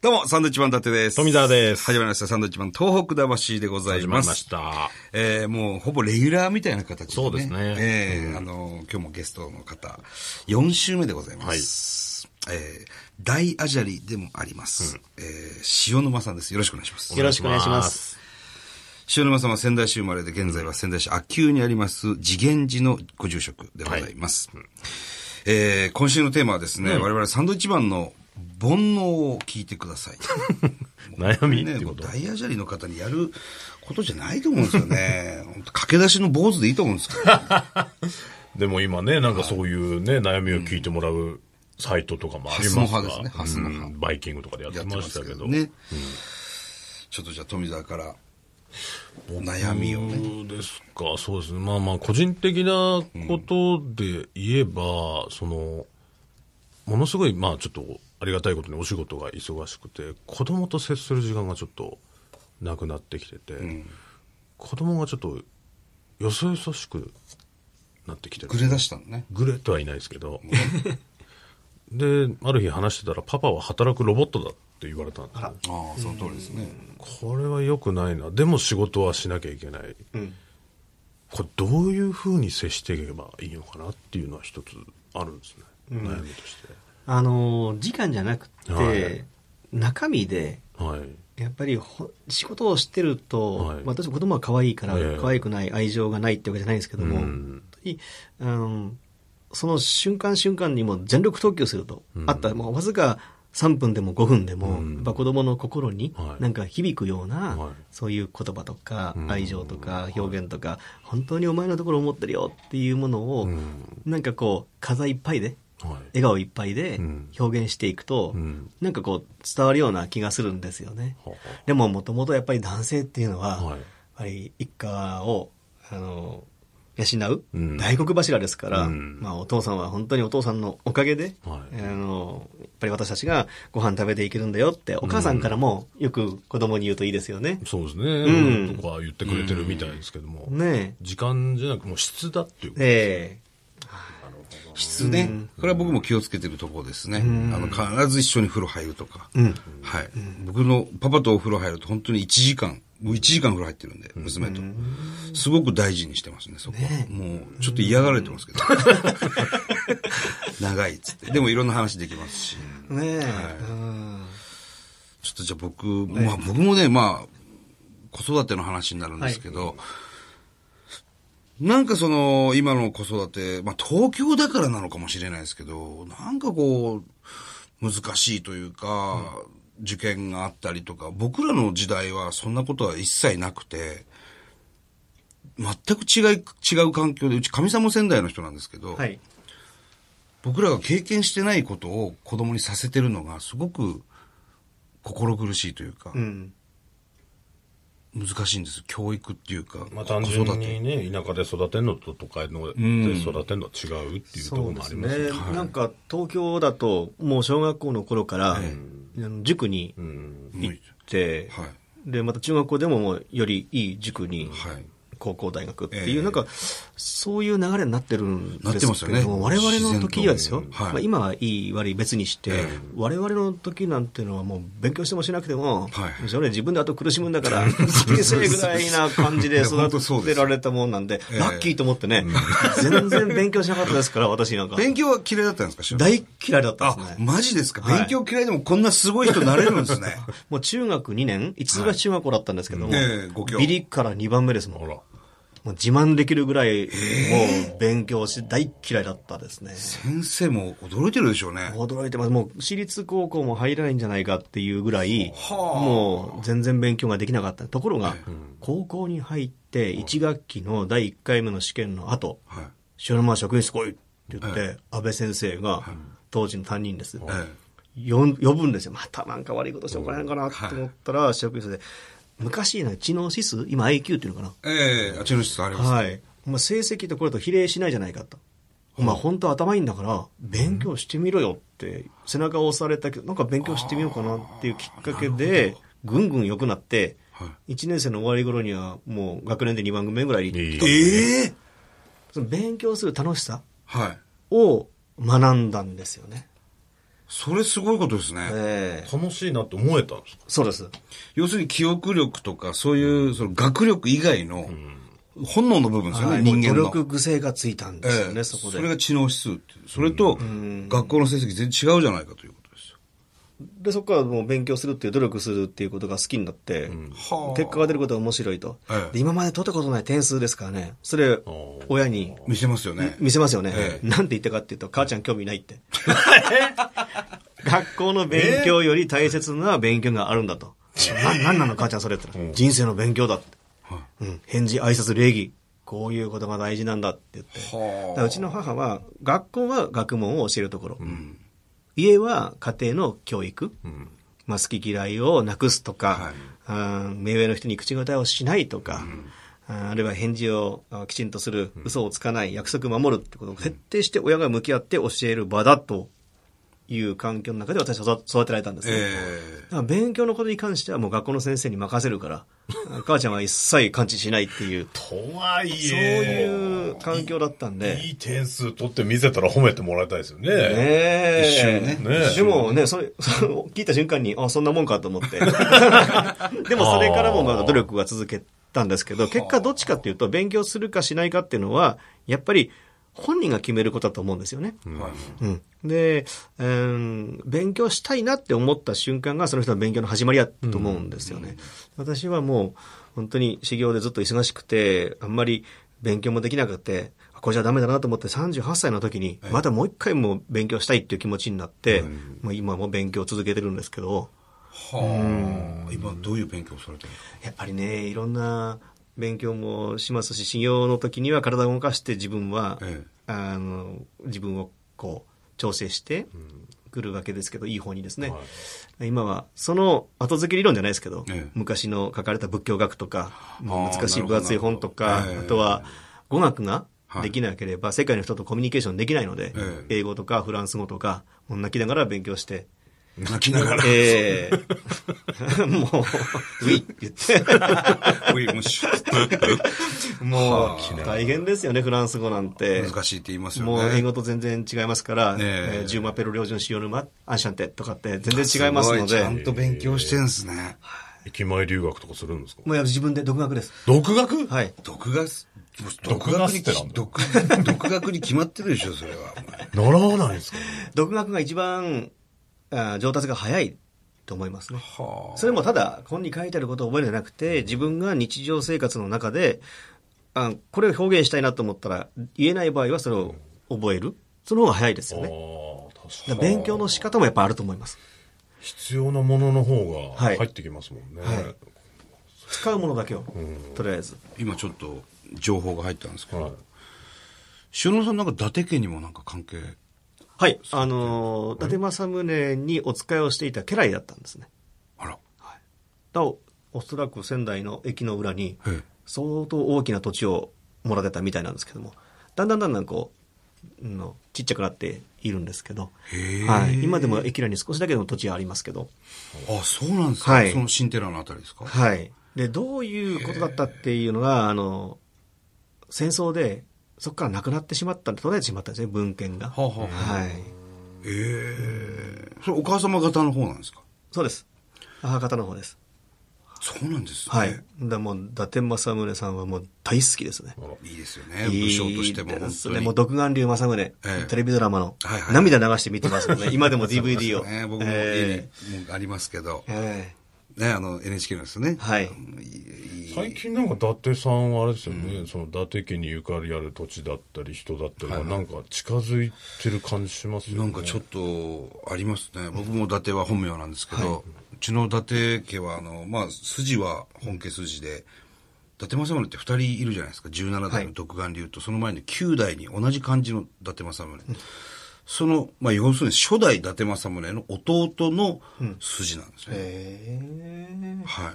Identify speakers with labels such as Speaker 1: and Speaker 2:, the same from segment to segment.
Speaker 1: どうも、サンドイッチマン伊達です。
Speaker 2: 富澤です
Speaker 1: 始まりました、サンドイッチマン東北魂でござい
Speaker 2: 始ま
Speaker 1: ま
Speaker 2: り
Speaker 1: す。
Speaker 2: ました。
Speaker 1: えー、もう、ほぼレギュラーみたいな形で、ね。
Speaker 2: そうですね
Speaker 1: えーあの、今日もゲストの方、4週目でございます。えー、大アジャリでもあります。えー、塩沼さんです。よろしくお願いします。
Speaker 3: よろしくお願いします。
Speaker 1: 塩沼さんは仙台市生まれで、現在は仙台市秋急にあります、次元寺のご住職でございます。えー今週のテーマはですね、我々サンドイッチマンの煩悩を聞いてください。
Speaker 2: 悩みっ
Speaker 1: ね、
Speaker 2: て
Speaker 1: も
Speaker 2: こ
Speaker 1: う
Speaker 2: と。
Speaker 1: 大アジャリの方にやることじゃないと思うんですよ ね。本当駆け出しの坊主でいいと思うんですけど。
Speaker 2: でも今ね、なんかそういうね、悩みを聞いてもらうサイトとかもあり
Speaker 1: ハ
Speaker 2: ます
Speaker 1: スの
Speaker 2: か
Speaker 1: 葉ですねハ
Speaker 2: ら
Speaker 1: スの葉
Speaker 2: うんバイキングとかでやっ
Speaker 1: や
Speaker 2: て
Speaker 1: って
Speaker 2: ま
Speaker 1: ま
Speaker 2: し
Speaker 1: す
Speaker 2: た
Speaker 1: け
Speaker 2: け
Speaker 1: ど
Speaker 2: ど。
Speaker 1: ね。ちょっとじゃあ富澤から悩みをね。
Speaker 2: そうですか、そうですね。まあまあ、個人的なことで言えば、その、ものすごい、まあちょっと、ありがたいことにお仕事が忙しくて、子供と接する時間がちょっとなくなってきてて、子供がちょっと、よそよそしくなってきてる
Speaker 1: ぐ。れ出したのね。
Speaker 2: グレとはいないですけど。で、ある日話してたら、パパは働くロボットだって言われたんですよ
Speaker 1: ああ、その通りですね。
Speaker 2: これは良くないな。でも仕事はしなきゃいけない。これどういうふうに接していけばいいのかなっていうのは一つあるんですね。悩みとして。
Speaker 3: あのー、時間じゃなくて、
Speaker 2: はい
Speaker 3: 中身で、
Speaker 2: はい。
Speaker 3: やっぱりほ仕事をしてると、
Speaker 2: はい
Speaker 3: まあ私子供は可愛いから、
Speaker 2: ええ
Speaker 3: 可愛くない愛情がないってわけじゃないんですけども、
Speaker 2: うん
Speaker 3: 本当にあのその瞬間瞬間にもう全力投球すると、
Speaker 2: うん
Speaker 3: あったもうわずか3分でも5分でも、
Speaker 2: うん
Speaker 3: やっぱ子供の心に
Speaker 2: はい
Speaker 3: なんか響くような、
Speaker 2: はい
Speaker 3: そういう言葉とか、
Speaker 2: うん
Speaker 3: 愛情とか表現とか、本当にお前のところ思ってるよっていうものを、
Speaker 2: うん。
Speaker 3: なんかこう飾いっぱいで
Speaker 2: はい。
Speaker 3: 笑顔いっぱいで
Speaker 2: うん
Speaker 3: 表現していくと、
Speaker 2: うん。
Speaker 3: なんかこう伝わるような気がするんですよね。
Speaker 2: は
Speaker 3: でももともとやっぱり男性っていうのは、
Speaker 2: あは
Speaker 3: や
Speaker 2: い
Speaker 3: っ。ぱり一家を、あの、養う
Speaker 2: うん
Speaker 3: 大黒柱ですから、
Speaker 2: うん
Speaker 3: まあお父さんは本当にお父さんのおかげで、
Speaker 2: はい
Speaker 3: あの、やっぱり私たちがご飯食べていけるんだよって、お母さんからもよく子供に言うといいですよね。
Speaker 2: そうですね。
Speaker 3: うん
Speaker 2: とか言ってくれてるみたいですけども。
Speaker 3: ね
Speaker 2: 時間じゃなく、もう質だっていうこと。
Speaker 3: え。え
Speaker 1: 質ね。これは僕も気をつけてるところですね。あの、必ず一緒に風呂入るとか。
Speaker 3: えうん。
Speaker 1: はい。僕のパパとお風呂入ると本当に1時間、もう1時間風呂入ってるんで、娘と。すごく大事にしてますね、そこは。もう、ちょっと嫌がられてますけど。長いっつって。でもいろんな話できますし。
Speaker 3: ねえ。
Speaker 1: ちょっとじゃあ僕、まあ僕もね、まあ、子育ての話になるんですけど、なんかその、今の子育て、まあ東京だからなのかもしれないですけど、なんかこう、難しいというか、受験があったりとか、僕らの時代はそんなことは一切なくて、全く違い、違う環境で、うち神様仙台の人なんですけど、
Speaker 3: うんはい。
Speaker 1: 僕らが経験してないことを子供にさせてるのがすごく心苦しいというか、
Speaker 3: うん。
Speaker 1: 難しいんです。教育っていうか、
Speaker 2: まあ単純にね、田舎で育てんのと都会ので育てんのは違うっていうところもあります
Speaker 3: そう
Speaker 2: ね
Speaker 3: で。なんか東京だともう小学校の頃から、
Speaker 1: え
Speaker 3: あの塾に
Speaker 2: う
Speaker 3: 行っ
Speaker 2: ん。
Speaker 1: うん
Speaker 3: て、
Speaker 1: はい。
Speaker 3: でまた中学校でももうよりいい塾に、
Speaker 1: はい。
Speaker 3: 高校大学って
Speaker 1: え
Speaker 3: いう、
Speaker 1: え
Speaker 3: なんかそういう流れになってるんですけど
Speaker 1: なってますよね
Speaker 3: 我々の時はですよ、
Speaker 1: 自然とはい
Speaker 3: まあ、今はいい悪い別にして、
Speaker 1: ええ
Speaker 3: 我々の時なんてのはもう勉強してもしなくても、
Speaker 1: はい
Speaker 3: それ自分であと苦しむんだから人生ぐらいな感じ
Speaker 1: い
Speaker 3: で
Speaker 1: や 本当そう
Speaker 3: 育
Speaker 1: で
Speaker 3: て
Speaker 1: す
Speaker 3: られたもんなんで
Speaker 1: ええ
Speaker 3: ラッキーと思ってね、全然勉強しなかったですから私なんか
Speaker 1: 勉強は嫌いだったんですか、
Speaker 3: 大嫌いだったんですね
Speaker 1: あ、マジですか、
Speaker 3: はい
Speaker 1: 勉強嫌いでもこんなすごい人になれるんです ね。
Speaker 3: もう中学2年、一度が中学校だったんですけども、
Speaker 1: はいええご教
Speaker 3: ビリから2番目ですもん。
Speaker 2: ほら。
Speaker 3: もう自慢できるぐらい、もう勉強して大嫌いだったですね。
Speaker 1: 先生も驚いてるでしょうね。
Speaker 3: 驚いてます。もう私立高校も入らないんじゃないかっていうぐらい、
Speaker 1: はあ
Speaker 3: もう全然勉強ができなかった。ところが、高校に入って1学期の第1回目の試験の後、
Speaker 1: はい。
Speaker 3: 塩沼職員室来いって言っ
Speaker 1: え
Speaker 3: て、安倍先生が、当時の担任です。
Speaker 1: え
Speaker 3: よん呼ぶんですよ。またなんか悪いことしておらへんかなと思ったら、職員室で、昔の知能指数、今 IQ っていうのか
Speaker 1: えええあちらの人あり
Speaker 3: な。
Speaker 1: ます。
Speaker 3: はい。お前成績とこれと比例しないじゃないかと。お前本当頭いいんだから、勉強してみろよって、背中を押されたけど、なんか勉強してみようかなっていうきっかけで、ぐんぐん良くなって、
Speaker 1: は
Speaker 3: 1年生の終わり頃にはもう学年で2番組目ぐらいに行っ
Speaker 2: い
Speaker 1: い。
Speaker 2: い
Speaker 1: ええ
Speaker 3: その勉強する楽しさ
Speaker 1: はい。
Speaker 3: を学んだんですよね。
Speaker 1: それすごいことですね。
Speaker 3: ええ
Speaker 2: 楽しいなって思えたんですか
Speaker 3: そうです。
Speaker 1: 要するに記憶力とか、そういう、その学力以外の、本能の部分ですよね、
Speaker 3: はい
Speaker 1: 人間
Speaker 3: 努
Speaker 1: の。
Speaker 3: 力癖がついたんですよね、そこで。
Speaker 1: れが知能指数っていう。それと、学校の成績全然違うじゃないかということですよ。
Speaker 3: で、そこからもう勉強するっていう、努力するっていうことが好きになって、
Speaker 1: はあ
Speaker 3: 結果が出ることが面白いと、
Speaker 1: ええ
Speaker 3: で今まで取ったことない点数ですからね、それ、親に
Speaker 1: 見せますよね。
Speaker 3: 見せますよね、
Speaker 1: ええ
Speaker 3: なんて言ったかっていうと、母ちゃん興味な いって。学校の勉強より大切な勉強があるんだと。な、なんなの母ちゃんそれって言ったら、人生の勉強だって。うん、返事、挨拶、礼儀。こういうことが大事なんだって言って。
Speaker 1: はあ
Speaker 3: だからうちの母は、学校は学問を教えるところ。家は家庭の教育。まあ、好き嫌いをなくすとか、うん目上の人に口答えをしないとか、ああるいは返事をあきちんとする、嘘をつかない、約束を守るってことを徹底して親が向き合って教える場だという環境の中で私は育てられたんですね。
Speaker 1: え
Speaker 3: だから勉強のことに関してはもう学校の先生に任せるから、母ちゃんは一切感知しないっていう、
Speaker 2: とはいえ
Speaker 3: そういう環境だったんで。
Speaker 2: いい点数取って見せたら褒めてもらいたいですよね。
Speaker 3: ねえ。
Speaker 1: 一瞬ね
Speaker 2: ねえ
Speaker 3: でもね、それ、 それを聞いた瞬間に、あ、そんなもんかと思って。 でもそれからもまだ努力が続けたんですけど、結果どっちかっていうと、勉強するかしないかっていうのは、やっぱり本人が決めることだと思うんですよね。
Speaker 1: えはい
Speaker 3: うん。で、うん、勉強したいなって思った瞬間がその人の勉強の始まりやと思うんですよね。私はもう本当に修行でずっと忙しくて、あんまり勉強もできなくて、あこれじゃダメだなと思って38歳の時に、またもう一回も勉強したいっていう気持ちになって、もう今も勉強を続けてるんですけど、
Speaker 1: はあ。今、どういう勉強をされてるんですか
Speaker 3: やっぱりね、いろんな勉強もしますし、修行の時には体を動かして自分は、
Speaker 1: ええ
Speaker 3: あの、自分をこう、調整してくるわけですけど、いい方にですね。今は、その後付け理論じゃないですけど、
Speaker 1: ええ
Speaker 3: 昔の書かれた仏教学とか、もう
Speaker 1: あー
Speaker 3: 難しい分厚い本とか、
Speaker 1: なるほど
Speaker 3: あとは、語学が
Speaker 1: はい
Speaker 3: できなければ、世界の人とコミュニケーションできないので、
Speaker 1: え
Speaker 3: 英語とかフランス語とか、もう泣きながら勉強して、
Speaker 1: 泣きながら。
Speaker 3: ええ もう、ウィって言って。
Speaker 1: こういうもうシュッ
Speaker 3: もう、大変ですよね、フランス語なんて。
Speaker 1: 難しいって言いますよね。
Speaker 3: もう英語と全然違いますから、
Speaker 1: ねえ
Speaker 3: えージューマペロ両順シオルマ、アンシャンテとかって全然違いますの
Speaker 1: ごいち
Speaker 3: で
Speaker 1: ゃ、んと勉強してんすね。
Speaker 2: 駅前留学とかするんですか
Speaker 3: もうやっぱ自分で独学です。
Speaker 2: 独学
Speaker 3: はい。
Speaker 1: 独学、
Speaker 2: 独学ってなんだ
Speaker 1: 独独学に決まってるでしょ、それ は。
Speaker 2: 習わないんですか
Speaker 3: 独学が一番、あー上達が早いと思いますね。
Speaker 1: は
Speaker 3: それもただ、本に書いてあることを覚えるんじゃなくて、自分が日常生活の中で、あこれを表現したいなと思ったら、言えない場合はそれを覚える。その方が早いですよね。
Speaker 2: ああ、確か
Speaker 3: だ
Speaker 2: に。
Speaker 3: から勉強の仕方もやっぱあると思います。
Speaker 2: 必要なものの方が
Speaker 3: はい
Speaker 2: 入ってきますもんね。
Speaker 3: はい使うものだけを、とりあえず。
Speaker 1: 今ちょっと情報が入ったんですけど、
Speaker 2: はい
Speaker 1: 塩野さんなんか伊達家にもなんか関係。
Speaker 3: はい。あのー、伊達政宗にお使いをしていた家来だったんですね。
Speaker 1: あら。
Speaker 3: だおおそらく仙台の駅の裏に
Speaker 1: ええ、
Speaker 3: 相当大きな土地をもらってたみたいなんですけども、だんだんだんだんこう、うんのちっちゃくなっているんですけど、
Speaker 1: へえ
Speaker 3: はい、今でも駅裏に少しだけの土地はありますけど、
Speaker 1: あ、そうなんですか、
Speaker 3: はい
Speaker 1: その新寺のあたりですか
Speaker 3: はい。で、どういうことだったっていうのが、あの、戦争で、そこからなくなってしまったんで、途絶えてしまったんですね、文献が。
Speaker 1: はあはあ
Speaker 3: はい。
Speaker 1: ええそれお母様方の方なんですか
Speaker 3: そうです。母方の方です。
Speaker 1: そうなんですね。
Speaker 3: はい。だもう、伊達政宗さんはもう大好きですね。
Speaker 1: いいですよね。武将としても本
Speaker 3: い
Speaker 1: 当
Speaker 3: いで
Speaker 1: に。
Speaker 3: すね。もう、独眼竜政宗、
Speaker 1: ええ
Speaker 3: テレビドラマの
Speaker 1: はいはい
Speaker 3: 涙流して見てます ので、今でも DVD を。
Speaker 1: ね、僕も家
Speaker 3: え
Speaker 1: にもうありますけど、
Speaker 3: ええ
Speaker 1: ね、あの NHK のですね。
Speaker 3: えはい。
Speaker 2: 最近なんか伊達さんはあれですよね、その伊達家にゆかりある土地だったり人だったりがなんか近づいてる感じしますよね。
Speaker 1: なんかちょっとありますね。僕も伊達は本名なんですけど、うちの伊達家は、あの、まあ、筋は本家筋で、伊達政宗って二人いるじゃないですか。17代の独眼竜と、その前に9代に同じ漢字の伊達政宗。その、まあ、要するに初代伊達政宗の弟の筋なんですね。
Speaker 3: ええ
Speaker 1: はい。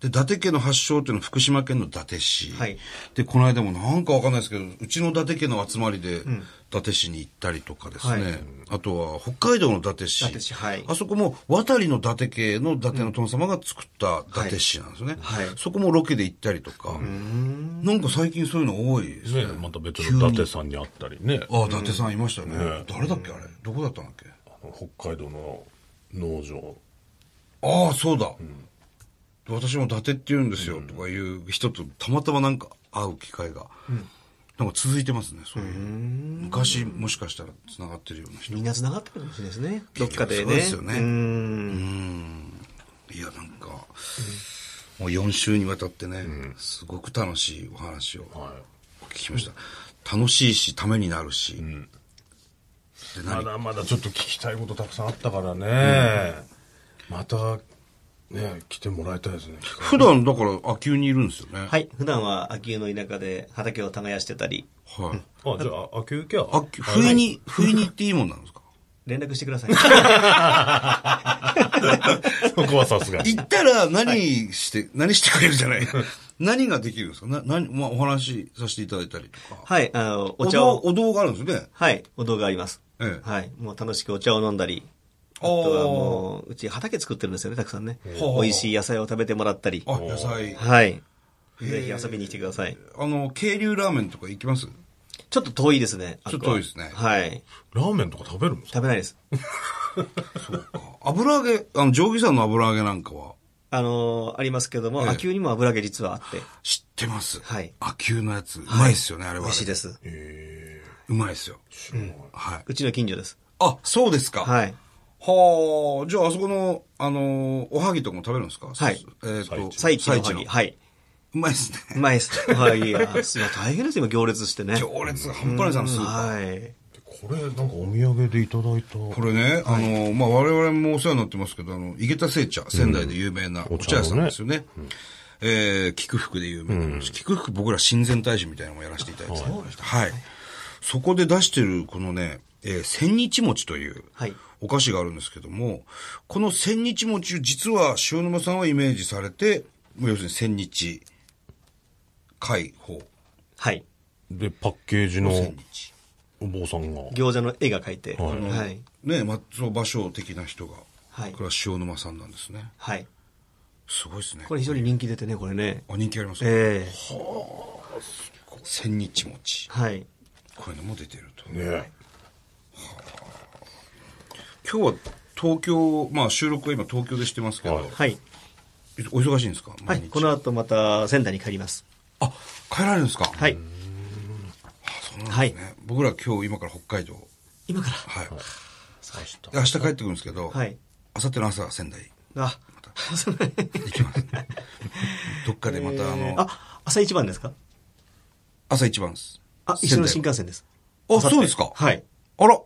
Speaker 1: で、伊達家の発祥っていうのは福島県の伊達市。
Speaker 3: はい
Speaker 1: で、この間もなんかわかんないですけど、うちの伊達家の集まりで、伊達市に行ったりとかですね。
Speaker 3: はい
Speaker 1: あとは、北海道の伊達市。
Speaker 3: 伊達市はい
Speaker 1: あそこも、渡りの伊達家の伊達の殿様が作った伊達市なんですね。
Speaker 3: はいはい
Speaker 1: そこもロケで行ったりとか。なんか最近そういうの多いですね。
Speaker 2: ね、また別の伊達さんに会ったりね。
Speaker 1: ああ、伊達さんいましたね。誰だっけあれどこだったんだっけ
Speaker 2: 北海道の農場。
Speaker 1: ああ、そうだ。私も伊達って言うんですよ、とかいう人とたまたまなんか会う機会が、なんか続いてますね、そういう。昔もしかしたら繋がってるような人。
Speaker 3: みんな繋がってくるかもしれないですね。どっかでね。
Speaker 1: そうですよね
Speaker 3: うん。
Speaker 1: いや、なんか、もう4週にわたってね、すごく楽しいお話を
Speaker 2: は
Speaker 1: お聞きしました。楽しいし、ためになるし。で
Speaker 2: い。ま
Speaker 1: 何
Speaker 2: だまだちょっと聞きたいことたくさんあったからね。また、ね、来てもらいたいですね。
Speaker 1: 普段、だから、秋急にいるんですよね。。
Speaker 3: はいい。普段は秋保の田舎で畑を耕してたり、
Speaker 1: はい。
Speaker 2: あ、じゃあ、秋受けは
Speaker 1: あ、不意に、不意に行っていいもんなんですか
Speaker 3: 連絡してく ださい。
Speaker 2: そこはさすがに。
Speaker 1: 行ったら何して、何してくれるじゃない何ができるんですかな、何、まあ、お話しさせていただいたりとか。
Speaker 3: はい。あの、お
Speaker 1: お
Speaker 3: 茶
Speaker 1: 茶
Speaker 3: を。
Speaker 1: お堂があるんですよね。
Speaker 3: はい。お堂があります。
Speaker 1: ええ
Speaker 3: はい。もう楽しくお茶を飲んだり。あ
Speaker 1: あ
Speaker 3: と
Speaker 1: ー
Speaker 3: はもう、うち畑作ってるんですよね、たくさんね。
Speaker 1: ほう
Speaker 3: 美味しい野菜を食べてもらったり。
Speaker 1: あ、野菜。
Speaker 3: はい。ぜひ遊びに来てください。
Speaker 1: あの、渓流ラーメンとか行きます
Speaker 3: ちょっと遠いですね。あそこは
Speaker 1: ちょっと遠いですね
Speaker 3: はい。
Speaker 2: ラーメンとか食べるんですか
Speaker 3: 食べないです。
Speaker 1: そうか。油揚げ、あの、定規山の油揚げなんかは
Speaker 3: あのーありますけども、
Speaker 1: ええ
Speaker 3: 秋保にも油揚げ実はあって。
Speaker 1: 知ってます。
Speaker 3: はい
Speaker 1: あ、急のやつ。うまいっすよね、あれは。。
Speaker 3: 美味しいですす。
Speaker 2: え
Speaker 1: うまいっすよ。
Speaker 2: え、知らないう
Speaker 1: はい。
Speaker 3: うちの近所です。
Speaker 1: あ、そうですか。
Speaker 3: はい。
Speaker 1: はあ、じゃああそこの、あのーおはぎとかも食べるんですか
Speaker 3: はい
Speaker 1: えっ、と、
Speaker 3: 最地のおはぎ。
Speaker 1: の
Speaker 3: はい。
Speaker 1: うまいっすね。
Speaker 3: うまいです。はい。いや、すいません大変ですよ、今行列してね。
Speaker 1: 行列が半端ないです、あのスーパー。
Speaker 3: はい。
Speaker 2: でこれ、なんかお土産でいただいた。
Speaker 1: これね、あの、まあ、我々もお世話になってますけど、あの、井桁製茶、仙台で有名な
Speaker 2: うん
Speaker 1: お茶屋さんですよね。えー、菊福で有名なし、菊福僕ら親善大使みたいなのもやらせていただいてたりました。はい。そこで出してる、このね、えー、千日餅という、
Speaker 3: はい
Speaker 1: お菓子があるんですけども、この千日餅を実は塩沼さんはイメージされて、もう要するに千日、解放、
Speaker 3: はい。
Speaker 2: で、パッケージの
Speaker 1: 千日。
Speaker 2: お坊さんが。
Speaker 3: 餃子の絵が描いて。
Speaker 2: はい
Speaker 3: はい。
Speaker 1: ね、松尾芭蕉的な人が、
Speaker 3: はい
Speaker 1: これは塩沼さんなんですね。
Speaker 3: はい。
Speaker 1: すごいですね。
Speaker 3: これ非常に人気出てね、これね。
Speaker 1: あ、人気ありますね。
Speaker 3: ええ
Speaker 1: 千日餅。
Speaker 3: はい。
Speaker 1: こういうのも出てると。
Speaker 2: ね
Speaker 1: 今日は東京、まあ収録は今東京でしてますけど、
Speaker 2: はい
Speaker 3: はい。
Speaker 1: お忙しいんですか
Speaker 3: は
Speaker 1: 毎
Speaker 3: い。
Speaker 1: 日、
Speaker 3: この後また仙台に帰ります。
Speaker 1: あ、帰られるんですかは
Speaker 3: はい。
Speaker 1: そうなんですね。僕ら今日、今から北海道。
Speaker 3: 今から。
Speaker 1: はい。
Speaker 2: 明
Speaker 1: で明日帰ってくるんですけど、
Speaker 3: はい。
Speaker 1: 明後日の朝、仙台
Speaker 3: あ、そうね
Speaker 1: 行き ます。どっかでまた、あの、
Speaker 3: あ、朝一番ですか
Speaker 1: 朝一番です。
Speaker 3: あ、一緒の新幹線です。
Speaker 1: あ、
Speaker 3: 明後日
Speaker 1: そうですか
Speaker 3: はい。
Speaker 1: あら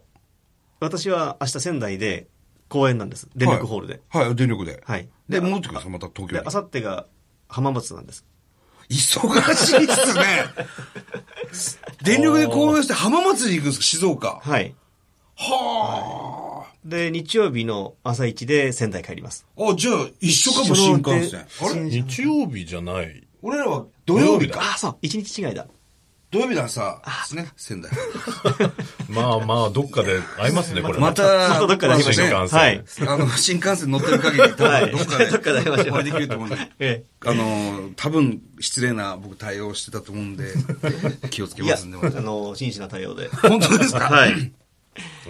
Speaker 3: 私は明日仙台で公演なんです。電力ホールで。
Speaker 1: はい、はい電力で。
Speaker 3: はい
Speaker 1: で、
Speaker 3: で
Speaker 1: 戻ってくるんですかまた東京
Speaker 3: で、
Speaker 1: に
Speaker 3: 明。後日が浜松なんです。
Speaker 1: 忙しいっすね。電力で公演して浜松に行くんですか静岡。
Speaker 3: はい。
Speaker 1: は
Speaker 3: で、日曜日の朝一で仙台帰ります。
Speaker 1: あ。あ、じゃあ一緒かも、新幹線。
Speaker 3: そ
Speaker 1: あ
Speaker 3: の
Speaker 1: れ
Speaker 3: で
Speaker 2: 日曜日じゃない。
Speaker 1: 俺らは土曜日か。
Speaker 3: あ、そう。一日違いだ。
Speaker 1: 土曜日ださ、ですね、仙台。
Speaker 2: まあまあ、どっかで会い ますね、これ。
Speaker 1: また、
Speaker 3: またどっかで会いましょう
Speaker 1: ね
Speaker 2: 新幹線
Speaker 3: はい。
Speaker 1: あの、新幹線乗ってる限り、多
Speaker 3: はい
Speaker 1: 分どっかで、
Speaker 3: どっかで会いましょう
Speaker 1: お会いできると思うんで。
Speaker 3: え
Speaker 1: あの、多分、失礼な僕対応してたと思うんで、気をつけ
Speaker 3: い
Speaker 1: ま
Speaker 3: や、
Speaker 1: すんで、
Speaker 3: あの、真摯な対応で。
Speaker 1: 本当ですか
Speaker 3: はい。
Speaker 1: ち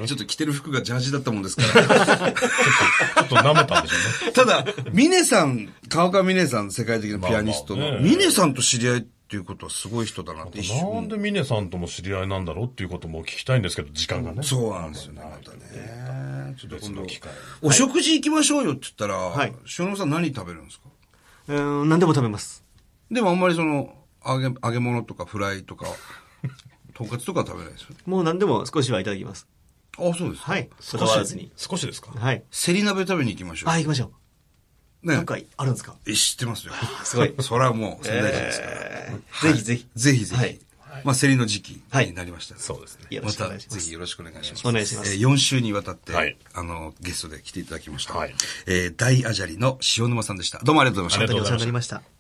Speaker 1: ょっと着てる服がジャージだったもんですから。
Speaker 2: ちょっと舐めたんでしょう ね。
Speaker 1: ただ、ミネさん、川上ミネさん、世界的なピアニスト
Speaker 2: まあま
Speaker 1: の、
Speaker 2: あね
Speaker 1: ミネさんと知り合いっていうことはすごい人だなって一 瞬。
Speaker 2: なんで峰さんとも知り合いなんだろうっていうことも聞きたいんですけど、時間がね。
Speaker 1: そうなんですよね、またね。ちょっと
Speaker 2: 別
Speaker 1: 今
Speaker 2: の
Speaker 1: 度
Speaker 2: 機、会。
Speaker 1: お食事行きましょうよって言ったら、
Speaker 3: はい
Speaker 1: 塩野さん何食べるんですか
Speaker 3: うーん、何でも食べます。
Speaker 1: でもあんまりその、揚げ、揚げ物とかフライとか、 とんかつとかは食べないですよね。
Speaker 3: もう何でも少しはいただきます。
Speaker 1: あ、そうですか。
Speaker 3: はい。こだわらずに。
Speaker 2: 少しですか
Speaker 3: はい。
Speaker 1: セリ鍋食べに行きましょ
Speaker 3: あ、行きましょ
Speaker 1: う。
Speaker 3: う。なん
Speaker 1: ね。
Speaker 3: かあるんですか
Speaker 1: え知ってますよ。
Speaker 3: すごい。
Speaker 1: それはもう、仙台人ですから。
Speaker 3: えーぜひぜひ。
Speaker 1: ぜひぜ
Speaker 3: はい
Speaker 1: ひ。まあ、セリの時期
Speaker 3: はい
Speaker 1: になりましたね。
Speaker 2: そうですね。
Speaker 3: よろ
Speaker 1: ま
Speaker 3: しくお
Speaker 1: た
Speaker 3: 願いしま
Speaker 1: ぜ
Speaker 3: す
Speaker 1: ひ。よろしくお願いします。
Speaker 3: お願いします
Speaker 1: えー4週にわたって、
Speaker 2: はい
Speaker 1: あの、ゲストで来ていただきました。
Speaker 2: はい
Speaker 1: えー大アジャリの塩沼さんでした。どうもありがとうございました。
Speaker 2: ありがとうございました
Speaker 3: お世話になりました。